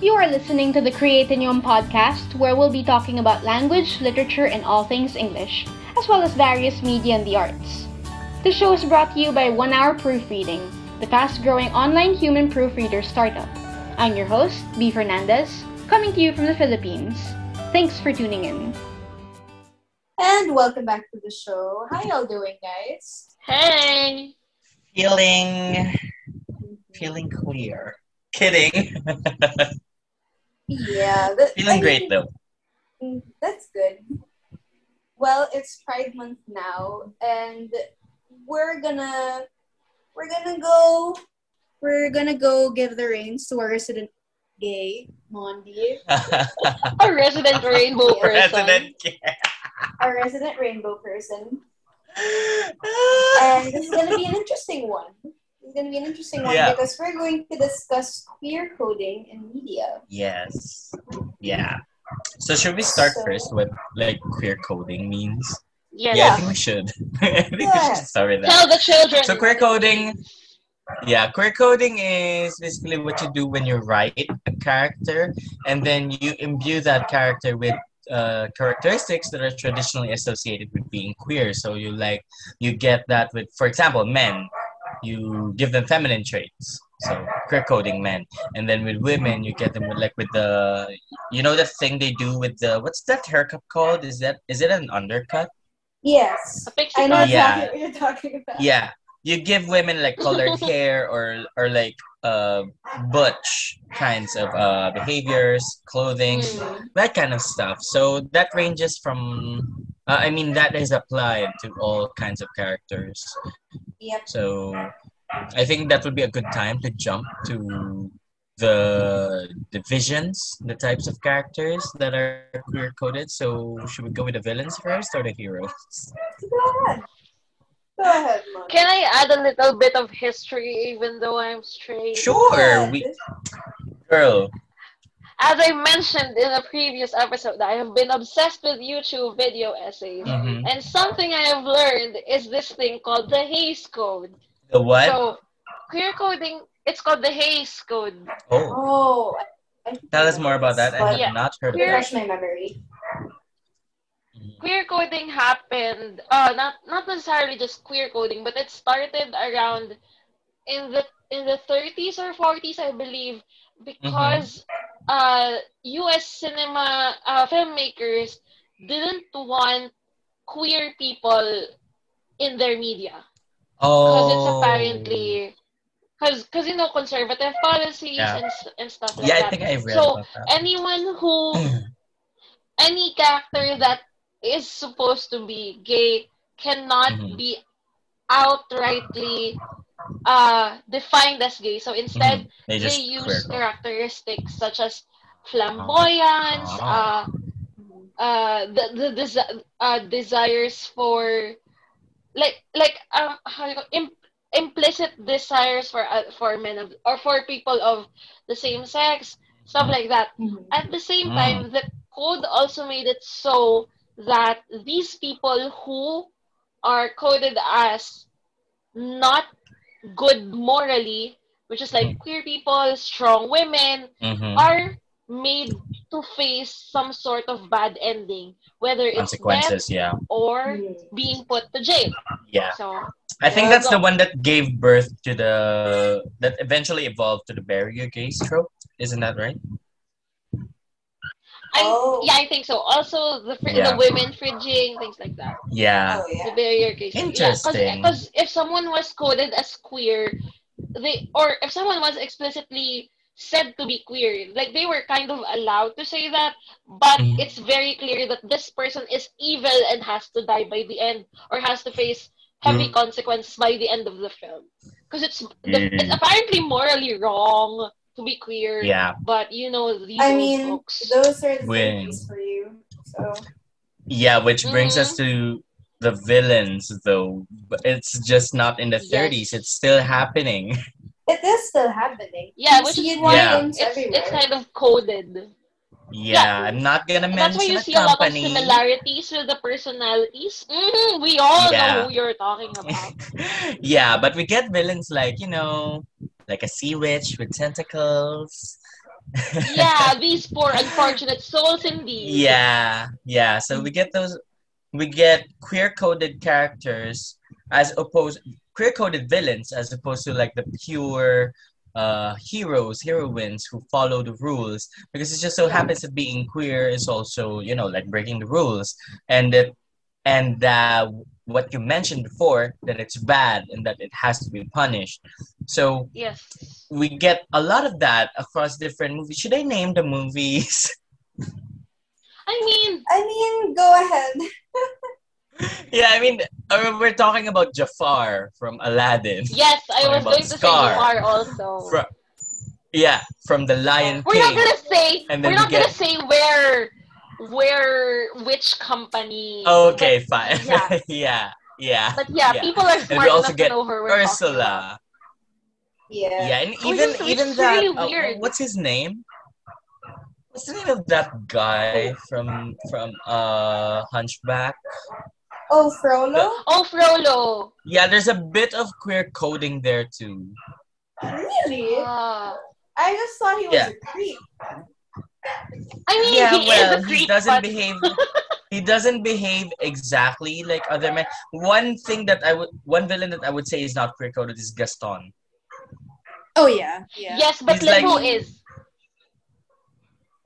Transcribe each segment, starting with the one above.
You are listening to the Create in Yom podcast, where we'll be talking about language, literature, and all things English, as well as various media and the arts. The show is brought to you by One Hour Proofreading, the fast growing online human proofreader startup. I'm your host, B. Fernandez, coming to you from the Philippines. Thanks for tuning in. And welcome back to the show. How y'all doing, guys? Hey! Feeling, feeling queer. Kidding. Yeah, that, feeling I great though. mean, That's good. Well, it's Pride Month now, and we're gonna we're gonna go we're gonna go give the reins to our resident gay Mondi, A resident rainbow person. President Kim. our resident rainbow person, and and this is gonna be an interesting one. It's gonna be an interesting one Yeah. because we're going to discuss queer coding in media. Yes. Yeah. So should we start So- first with like queer coding means? Yes. Yeah, I think we should. I think we Yeah. should start with that. Tell the children. So queer coding, yeah, queer coding is basically what you do when you write a character, and then you imbue that character with uh, characteristics that are traditionally associated with being queer. So you like you get that with, for example, men, you give them feminine traits. So queer coding men, and then with women, you get them with like with the, you know, the thing they do with the what's that haircut called? Is that is it an undercut? Yes, A pixie I know cut. Yeah. exactly what you're talking about. yeah you give women like colored hair or or like uh butch kinds of uh behaviors clothing Mm. that kind of stuff so that ranges from uh, i mean that is applied to all kinds of characters Yep. so i think that would be a good time to jump to the divisions the types of characters that are queer coded so should we go with the villains first or the heroes Go ahead. Go ahead, Mom. Can I add a little bit of history even though I'm straight? sure we girl As I mentioned in a previous episode, I have been obsessed with YouTube video essays. mhm. And something I have learned is this thing called the Hayes Code. The what? So, queer coding, it's called the Hayes Code. oh, Oh, I- tell us more about that. I have But Yeah. not heard of Queer- that. refresh my memory. queer coding happened uh not not necessarily just queer coding but it started around in the in the 30s or 40s i believe because uh us cinema uh, filmmakers didn't want queer people in their media because Oh. it's apparently because because you know conservative policies Yeah. and, s- and stuff like Yeah, I that think I read So, about that. anyone who any character that is supposed to be gay cannot Mhm. be outrightly uh, defined as gay. So instead, Mm-hmm. they they just use queer code. characteristics such as flamboyance, Ah. uh, uh, the the desi- uh, desires for like like um how you call, im- implicit desires for uh, for men of, or for people of the same sex, Mm-hmm. stuff like that Mm-hmm. at the same Mm. time, the code also made it so that these people who are coded as not good morally, which is Hmm. like queer people, strong women, Mhm. are made to face some sort of bad ending, whether it's death Consequences, yeah. or being put to jail. Yeah. So I think Yeah. that's the one that gave birth to the that eventually evolved to the barrier gaze trope. Isn't that right? I Oh. yeah, I think so. Also the fr- the Yeah. women fridging, things like that. Yeah. Oh, yeah. the barrier case. Interesting. Because if someone was coded as queer, they or if someone was explicitly said to be queer, like they were kind of allowed to say that, but Mhm. it's very clear that this person is evil and has to die by the end or has to face heavy Mm-hmm. consequences by the end of the film. Because it's the, Mm. it's apparently morally wrong to be queer, Yeah. but you know these I old mean, folks. those are the Wing. things for you. So Yeah, which brings Mhm. us to the villains though. But It's just not in the Yes. 30s. It's still happening. it is still happening. You Yeah, which see it is in why Yeah. games it's, everywhere. it's kind of coded. Yeah, Yeah. I'm not gonna And That's why mention you a see company. a lot of similarities with the personalities. Mhm, we all know Yeah. who you're talking about. yeah, but we get villains like, you know, like a sea witch with tentacles. yeah, these poor unfortunate souls indeed. Yeah, yeah. So we get those, we get queer coded characters as opposed queer coded villains as opposed to like the pure uh, heroes, heroines who follow the rules because it just so happens that being queer is also you know like breaking the rules and that and uh, what you mentioned before that it's bad and that it has to be punished. So Yes. we get a lot of that across different movies. Should I name the movies? I mean, I mean, go ahead. yeah, I mean uh, we're talking about Jafar from Aladdin. yes, I was What about going to say Scar? you are also. From, yeah, from the Lion Oh. we're not King. gonna say. And we're then we not get- gonna say where, where, which company. Okay, fine. Yeah. yeah, yeah. But yeah, Yeah. people are we smart also enough to get know where we're talking about. Ursula. Yeah. Yeah, and Which even is- which even is that really uh, weird. what's his name? What's the name of that guy from from uh Hunchback? Oh, Frollo? Oh, Frollo. Yeah, there's a bit of queer coding there too. Really? Ah. I just thought he was Yeah. a creep. I mean, yeah, he well, is a he creep, doesn't but behave. he doesn't behave exactly like other men. One thing that I would, one villain that I would say is not queer coded is Gaston. Oh, yeah. Yeah. yes, but He's like- Lebo is.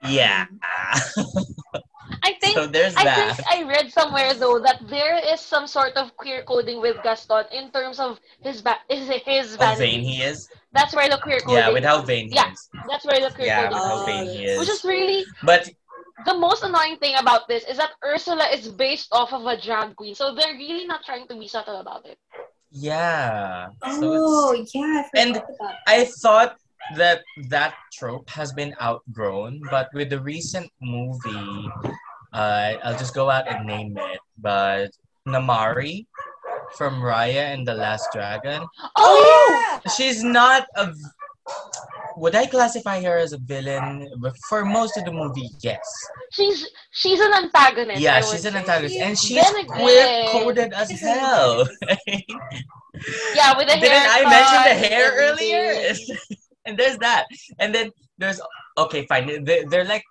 Yeah. I think so there's Mm. I that. think I read somewhere though that there is some sort of queer coding with Gaston in terms of his ba- his, his How vanity. vain Oh, he is. That's where the queer coding. Yeah, with how vain he Yeah. is. That's where the queer Yeah, with coding. how Oh, vain he that's- is. Which is really But the most annoying thing about this is that Ursula is based off of a drag queen, so they're really not trying to be subtle about it. yeah. So it's, Oh, yeah. I forgot And- Oh, about I thought that that trope has been outgrown, but with the recent movie, uh, I'll just go out and name it. But Namari from Raya and the Last Dragon. Oh, Oh, yeah. She's not a. v- Would I classify her as a villain? But for most of the movie, yes. she's she's an antagonist. I Yeah, would she's an say. antagonist, and She's she's very good. queer coded as She's an hell. Yeah, with the hair. Didn't I mention the hair earlier? and there's that. And then there's okay, fine. They're, they're like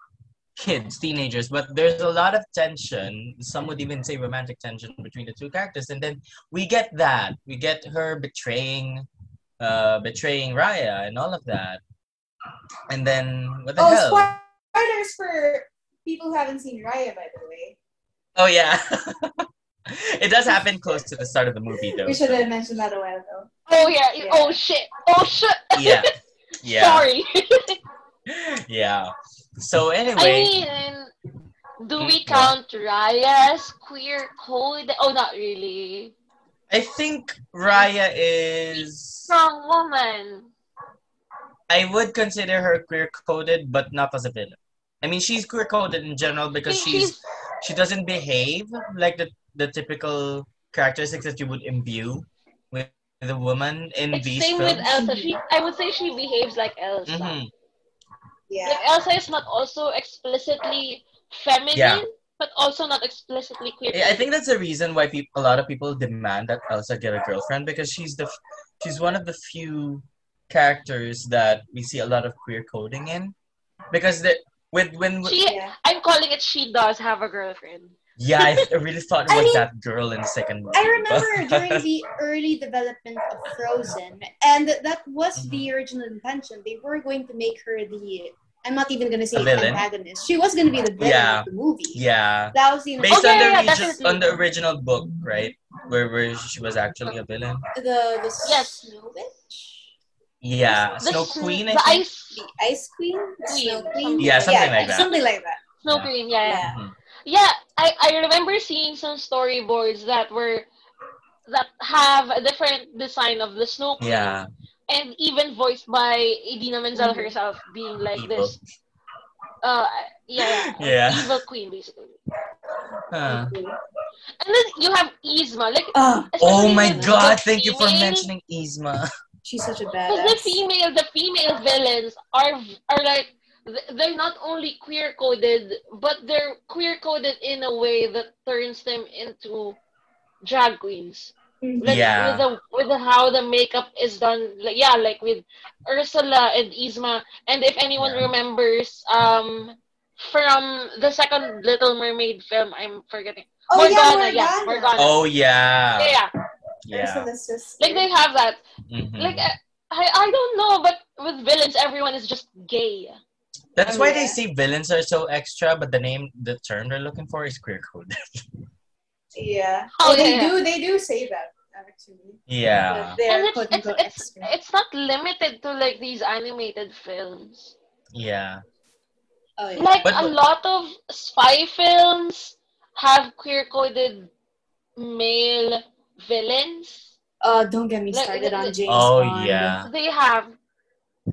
kids, teenagers, but there's a lot of tension. Some would even say romantic tension between the two characters. And then we get that. We get her betraying, uh, betraying Raya and all of that. And then what the Oh, hell? spoilers for people who haven't seen Raya, by the way. oh yeah. it does happen close to the start of the movie, though. We should so- have mentioned that a while ago. Oh yeah. Yeah. Oh shit. Oh shit. Yeah. Yeah. Sorry. Yeah. So I anyway. mean, do we Mm, yeah. count Raya as queer code? Oh, not really. I think Raya is. Strong woman. I would consider her queer coded, but not as a villain. I mean, she's queer coded in general because She- she's she doesn't behave like the the typical characteristics that you would imbue with the woman in It's these same with films. Elsa. She, I would say she behaves like Elsa. Mhm. Yeah. Like Elsa is not also explicitly feminine, Yeah. but also not explicitly queer. Yeah, I think that's the reason why peop a lot of people demand that Elsa get a girlfriend because she's the f- she's one of the few characters that we see a lot of queer coding in because the with when She, Yeah. I'm calling it. She does have a girlfriend. Yeah, I th- I really thought it I was mean, that girl in the second movie. I but- remember during the early development of Frozen, and that was the original intention. They were going to make her the I'm not even gonna say A villain. antagonist. She was gonna be the villain Yeah. of the movie. yeah. That was the Based yeah, on the yeah, origi- definitely. on the original book, right? Where where she was actually a villain. the the Yes. Snow Witch, Yeah, Snow s- Queen. I The think. ice. the Ice Queen, the Queen, Snow Queen. something Yeah, something like that. Something like that. Snow Yeah. Queen. Yeah. yeah. Yeah. Mhm. Yeah, I, I remember seeing some storyboards that were that have a different design of the Snow Queen, Yeah, and even voiced by Idina Menzel Mhm. herself, being like evil. this. Uh, yeah, Yeah. evil queen basically. Huh. And then you have Yzma, like. Oh, Oh especially my with God! the Thank you for female- mentioning Yzma. she's such a Because the badass. female, the female villains are are like th- they're not only queer coded, but they're queer coded in a way that turns them into drag queens. Mm-hmm. Like, Yeah. With the with the, how the makeup is done, like, yeah, like with Ursula and Yzma. And if anyone Yeah. remembers, um, from the second Little Mermaid film, I'm forgetting. Oh Morgana, yeah, Morgana. yeah, Morgana. Oh yeah. Yeah, yeah. Yeah. Ursula's sister. Like they have that. Mhm. Like I, I I don't know, but with villains, everyone is just gay. That's why they Yeah. say villains are so extra, but the name, the term they're looking for is queer code. yeah. Oh, they yeah. do. They do say that actually. yeah. But they're and it's quote-unquote it's, it's extra. it's not limited to like these animated films. Yeah. oh, yeah. Like But- a lot of spy films have queer coded male villains. Uh, don't get me Like, started on like- James Oh Bond. yeah. They have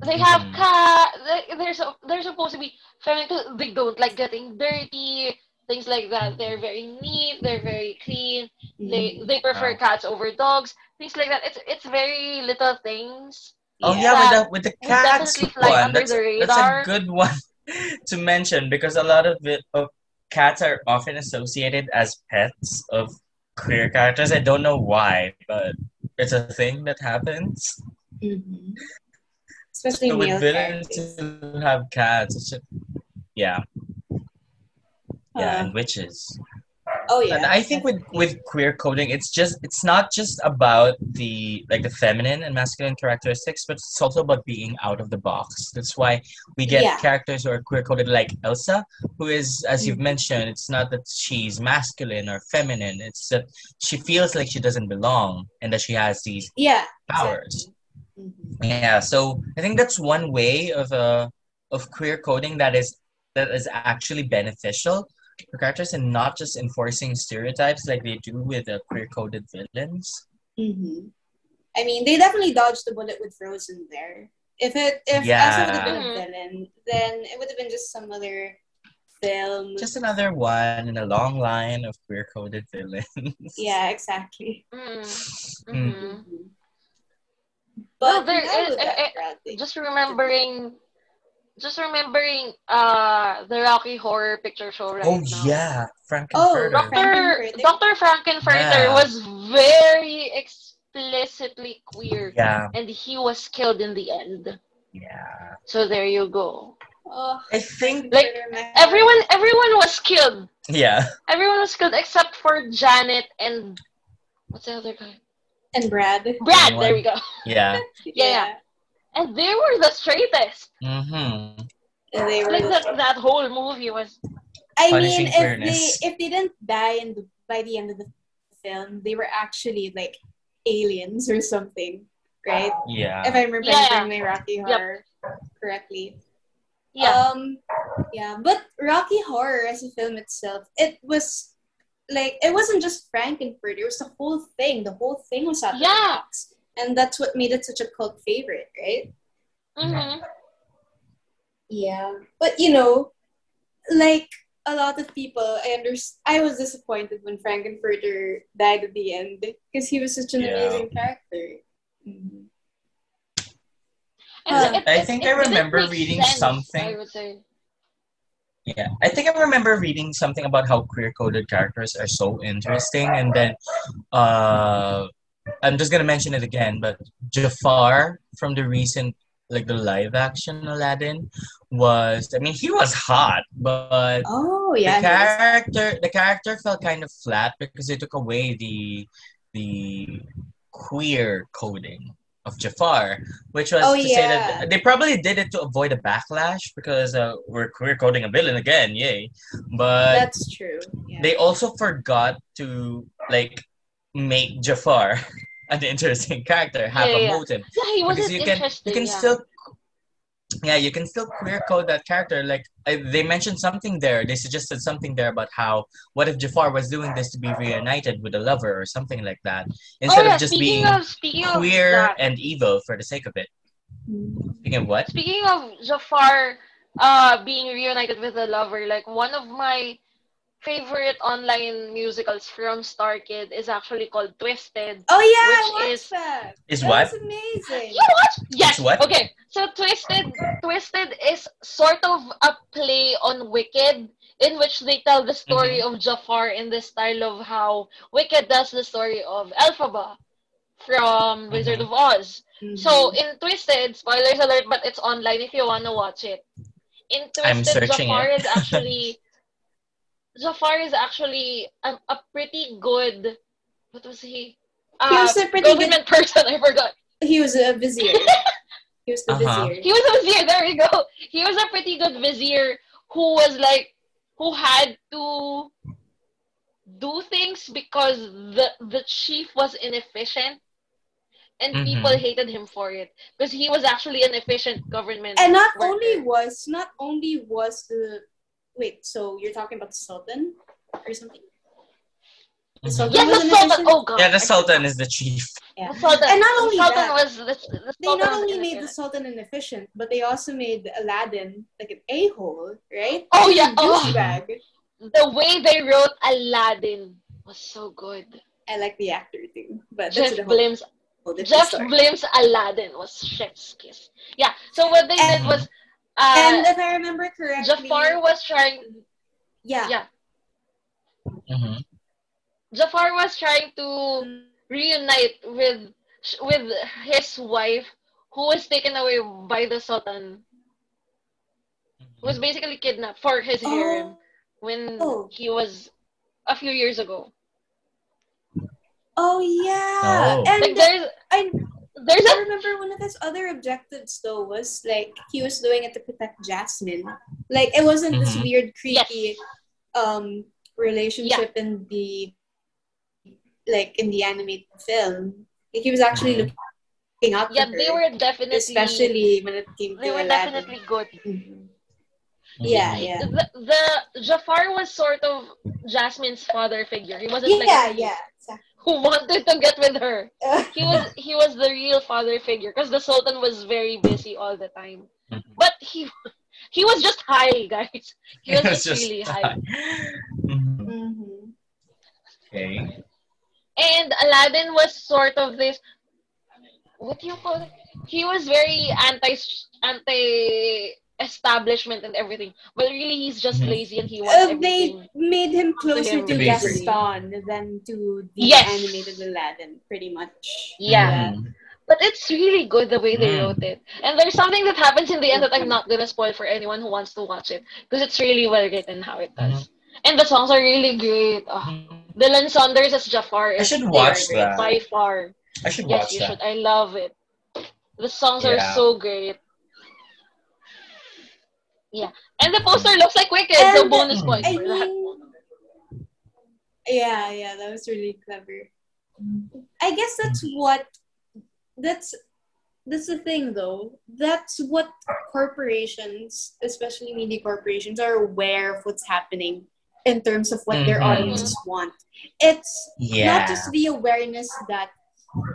they have Mhm. ca they- they're so they're supposed to be feminine 'cause they don't like getting dirty, things like that. They're very neat, they're very clean. Mm-hmm. They they prefer Mm-hmm. Wow. cats over dogs, things like that. It's it's very little things. Oh yeah, Yeah. with the with the We cats definitely fly one. under That's, the that's a radar. good one to mention because a lot of it of cats are often associated as pets of queer characters. I don't know why, but it's a thing that happens. hmm Especially So male with villains characters. who have cats, it's just, yeah, yeah, Uh-huh. Uh, and witches. oh yeah. And I think with with queer coding, it's just it's not just about the like the feminine and masculine characteristics, but it's also about being out of the box. That's why we get Yeah. characters who are queer coded like Elsa, who is, as you've Mhm. mentioned, it's not that she's masculine or feminine. It's that she feels like she doesn't belong and that she has these yeah. powers. hmm Yeah, so I think that's one way of uh of queer coding that is that is actually beneficial for characters and not just enforcing stereotypes like they do with uh, queer coded villains. hmm I mean, they definitely dodged the bullet with Frozen there. If it if Elsa would have been a Yeah. villain, then it would have been just some other film. Just another one in a long line of queer coded villains. yeah, exactly. Mm. Mm. Mhm. Mhm. Well, But there now is- with that eh, eh, crowd thing- just remembering just remembering uh the Rocky Horror Picture Show right oh now. yeah, Oh, Doctor- Frankenfurter. Doctor Frankenfurter. Doctor Frankenfurter Yeah. was very explicitly queer, yeah, and he was killed in the end. yeah. So there you go. oh, I think Like, Everyone, everyone was killed. yeah. Everyone was killed except for Janet and what's the other guy? and Brad. Brad. Anyone? There we go. Yeah. yeah. And they were the straightest. Mhm. And They were Like the that, that whole movie was. I Punishing mean, if queerness. they if they didn't die in the, by the end of the film, they were actually like aliens or something, right? If Yeah. I'm remembering Yeah. my Rocky Yep. Horror correctly. Yeah. Um, yeah, but Rocky Horror as a film itself, it was like it wasn't just Frankenfurter; it was the whole thing. The whole thing was out of the Yeah. box, and that's what made it such a cult favorite, right? hmm Yeah, but you know, like a lot of people, I under- I was disappointed when Frankenfurter died at the end because he was such an Yeah. amazing character. Mm-hmm. And Uh, it- I it- think it I didn't remember make reading sense, something. I would say. Yeah, I think I remember reading something about how queer coded characters are so interesting, and then uh, I'm just gonna mention it again, but Jafar from the recent like the live action Aladdin was I mean he was hot, but Oh the yeah, he was- character the character felt kind of flat because they took away the the queer coding of Jafar, which was Oh, to say yeah. that they probably did it to avoid a backlash because uh, we're queer coding a villain again, yay! But that's true. Yeah. they also forgot to like make Jafar an interesting character, have Yeah, a yeah. motive Yeah, he because wasn't you can interesting. you can yeah. still yeah you can still queer code that character like I, they mentioned something there they suggested something there about how what if jafar was doing this to be reunited with a lover or something like that instead oh, yeah, of just speaking being of, speaking queer of that, and evil for the sake of it speaking of what speaking of Jafar uh being reunited with a lover, like one of my favorite online musicals from Star Kid is actually called Twisted. Oh yeah, I Which watched is- that. is That what was amazing. You watch? Yes. what? Okay. So Twisted Twisted is sort of a play on Wicked. in which they tell the story mm-hmm. of Jafar in the style of how Wicked does the story of Elphaba from mm-hmm. Wizard of Oz. Mm-hmm. So in Twisted, spoilers alert, but it's online if you wanna watch it. In Twisted, Jafar it. is actually Jafar is actually a, a, pretty good what was he? Uh, he was a pretty government good person, I forgot. He was a vizier. he was the uh-huh. vizier. He was a vizier, there we go. He was a pretty good vizier who was like who had to do things because the the chief was inefficient and mm-hmm. people hated him for it because he was actually an efficient government and not worker. only was not only was the wait so you're talking about the sultan or something the sultan yes, the sultan. Oh, God. Mm-hmm. Yeah, the sultan is the chief. Yeah. The sultan, and not only the sultan that, was the, the they not only made the sultan inefficient, but they also made Aladdin like an a-hole, right? Oh yeah, oh. Douchebag. The way they wrote Aladdin was so good. I like the actor too, but Jeff blames Jeff story. blames Aladdin was chef's kiss. Yeah. So what they and, did was, uh, and if I remember correctly, Jafar was trying. Yeah. Yeah. Mm-hmm. Jafar was trying to reunite with with his wife, who was taken away by the Sultan. Mm-hmm. Who was basically kidnapped for his oh. harem when oh. he was a few years ago. Oh yeah, oh. and like there's I, there's I remember one of his other objectives though was like he was doing it to protect Jasmine. Like it wasn't this weird creepy Mm-hmm. Yes. um relationship in the like in the animated film. Like he was actually looking up. Mm-hmm. Yeah, to her, they were definitely especially when it came they to were Aladdin. definitely good. Mhm. Yeah, yeah, The, the Jafar was sort of Jasmine's father figure. He wasn't like yeah, yeah. exactly. who wanted to get with her. Uh, He was he was the real father figure because the Sultan was very busy all the time. But he he was just high, guys. He was, It was just, really high. Mm-hmm. Mhm. Mm-hmm. mhm. okay. And Aladdin was sort of this. What do you call it? He was very anti anti establishment and everything, but really he's just Mhm. lazy and he wants Uh, they everything. made him closer him. to Bakery. Gaston than to the Yes. animated Aladdin, pretty much. Yeah, Mhm. but it's really good the way they Mm. wrote it. And there's something that happens in the end that I'm not gonna spoil for anyone who wants to watch it because it's really well written how it does, Mm-hmm. and the songs are really great. Oh, Dylan Saunders as Jafar I is should they are watch great that. by far. I should Yes, watch you that. should. I love it. The songs Yeah. are so great. Yeah. And the Mm. poster looks like Wicked, so And bonus I point I for that. mean, yeah, yeah, that was really clever. I guess that's what that's that's the thing though. That's what corporations, especially media corporations, are aware of what's happening in terms of what their Mhm. audiences want. It's Yeah. not just the awareness that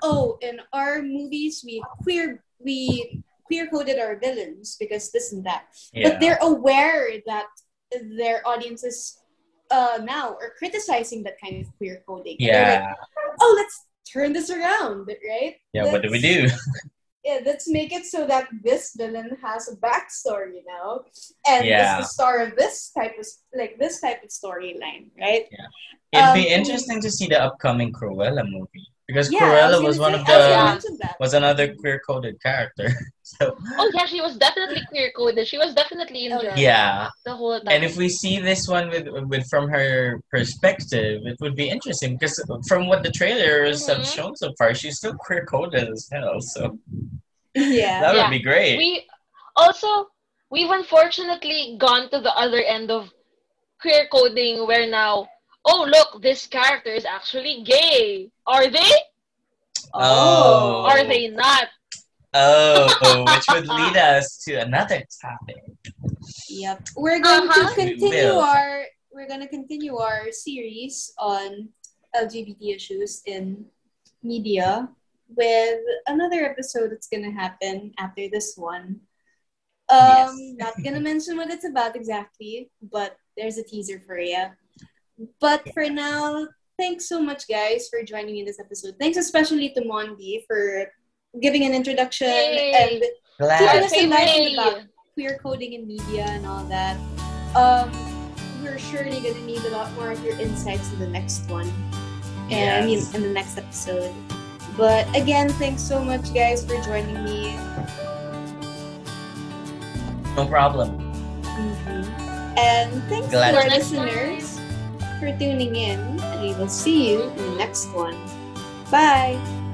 oh in our movies we queer we queer coded our villains because this and that yeah. but they're aware that their audiences uh, now are criticizing that kind of queer coding they're yeah. like oh let's turn this around right Yeah. What do we Let's- do? yeah, let's make it so that this villain has a backstory now, and Yeah. is the star of this type of like this type of storyline, right? It'd be um, interesting to see the upcoming Cruella movie because yeah, I Cruella gonna was one say- oh, I of was the gonna Yeah. mention that. was another queer coded character. So Oh yeah, she was definitely queer coded. She was definitely in Oh, drag yeah, the whole time. and if we see this one with with from her perspective, it would be interesting because from what the trailers have Mm-hmm. Mhm. shown so far, she's still queer coded as hell. So yeah. Yeah. that would be great. we also we've unfortunately gone to the other end of queer coding where now oh look this character is actually gay are they Oh. are they not oh, which would lead us to another topic. Yep. We're going Uh-huh. to continue Will. our we're going to continue our series on LGBT issues in media with another episode that's going to happen after this one. Um Yes. not going to mention what it's about exactly, but there's a teaser for you. But for now, thanks so much guys for joining me in this episode. Thanks especially to Mondi for giving an introduction Yay. and Glad. Keep Our us enlightened favorite. about queer coding in media and all that. Um, we're surely gonna need a lot more of your insights in the next one. And I mean Yes. in the next episode. But again, thanks so much guys for joining me. No problem. And thanks Mm-hmm. Glad to our to- Next time. listeners for tuning in. And we will see you in the next one. Bye.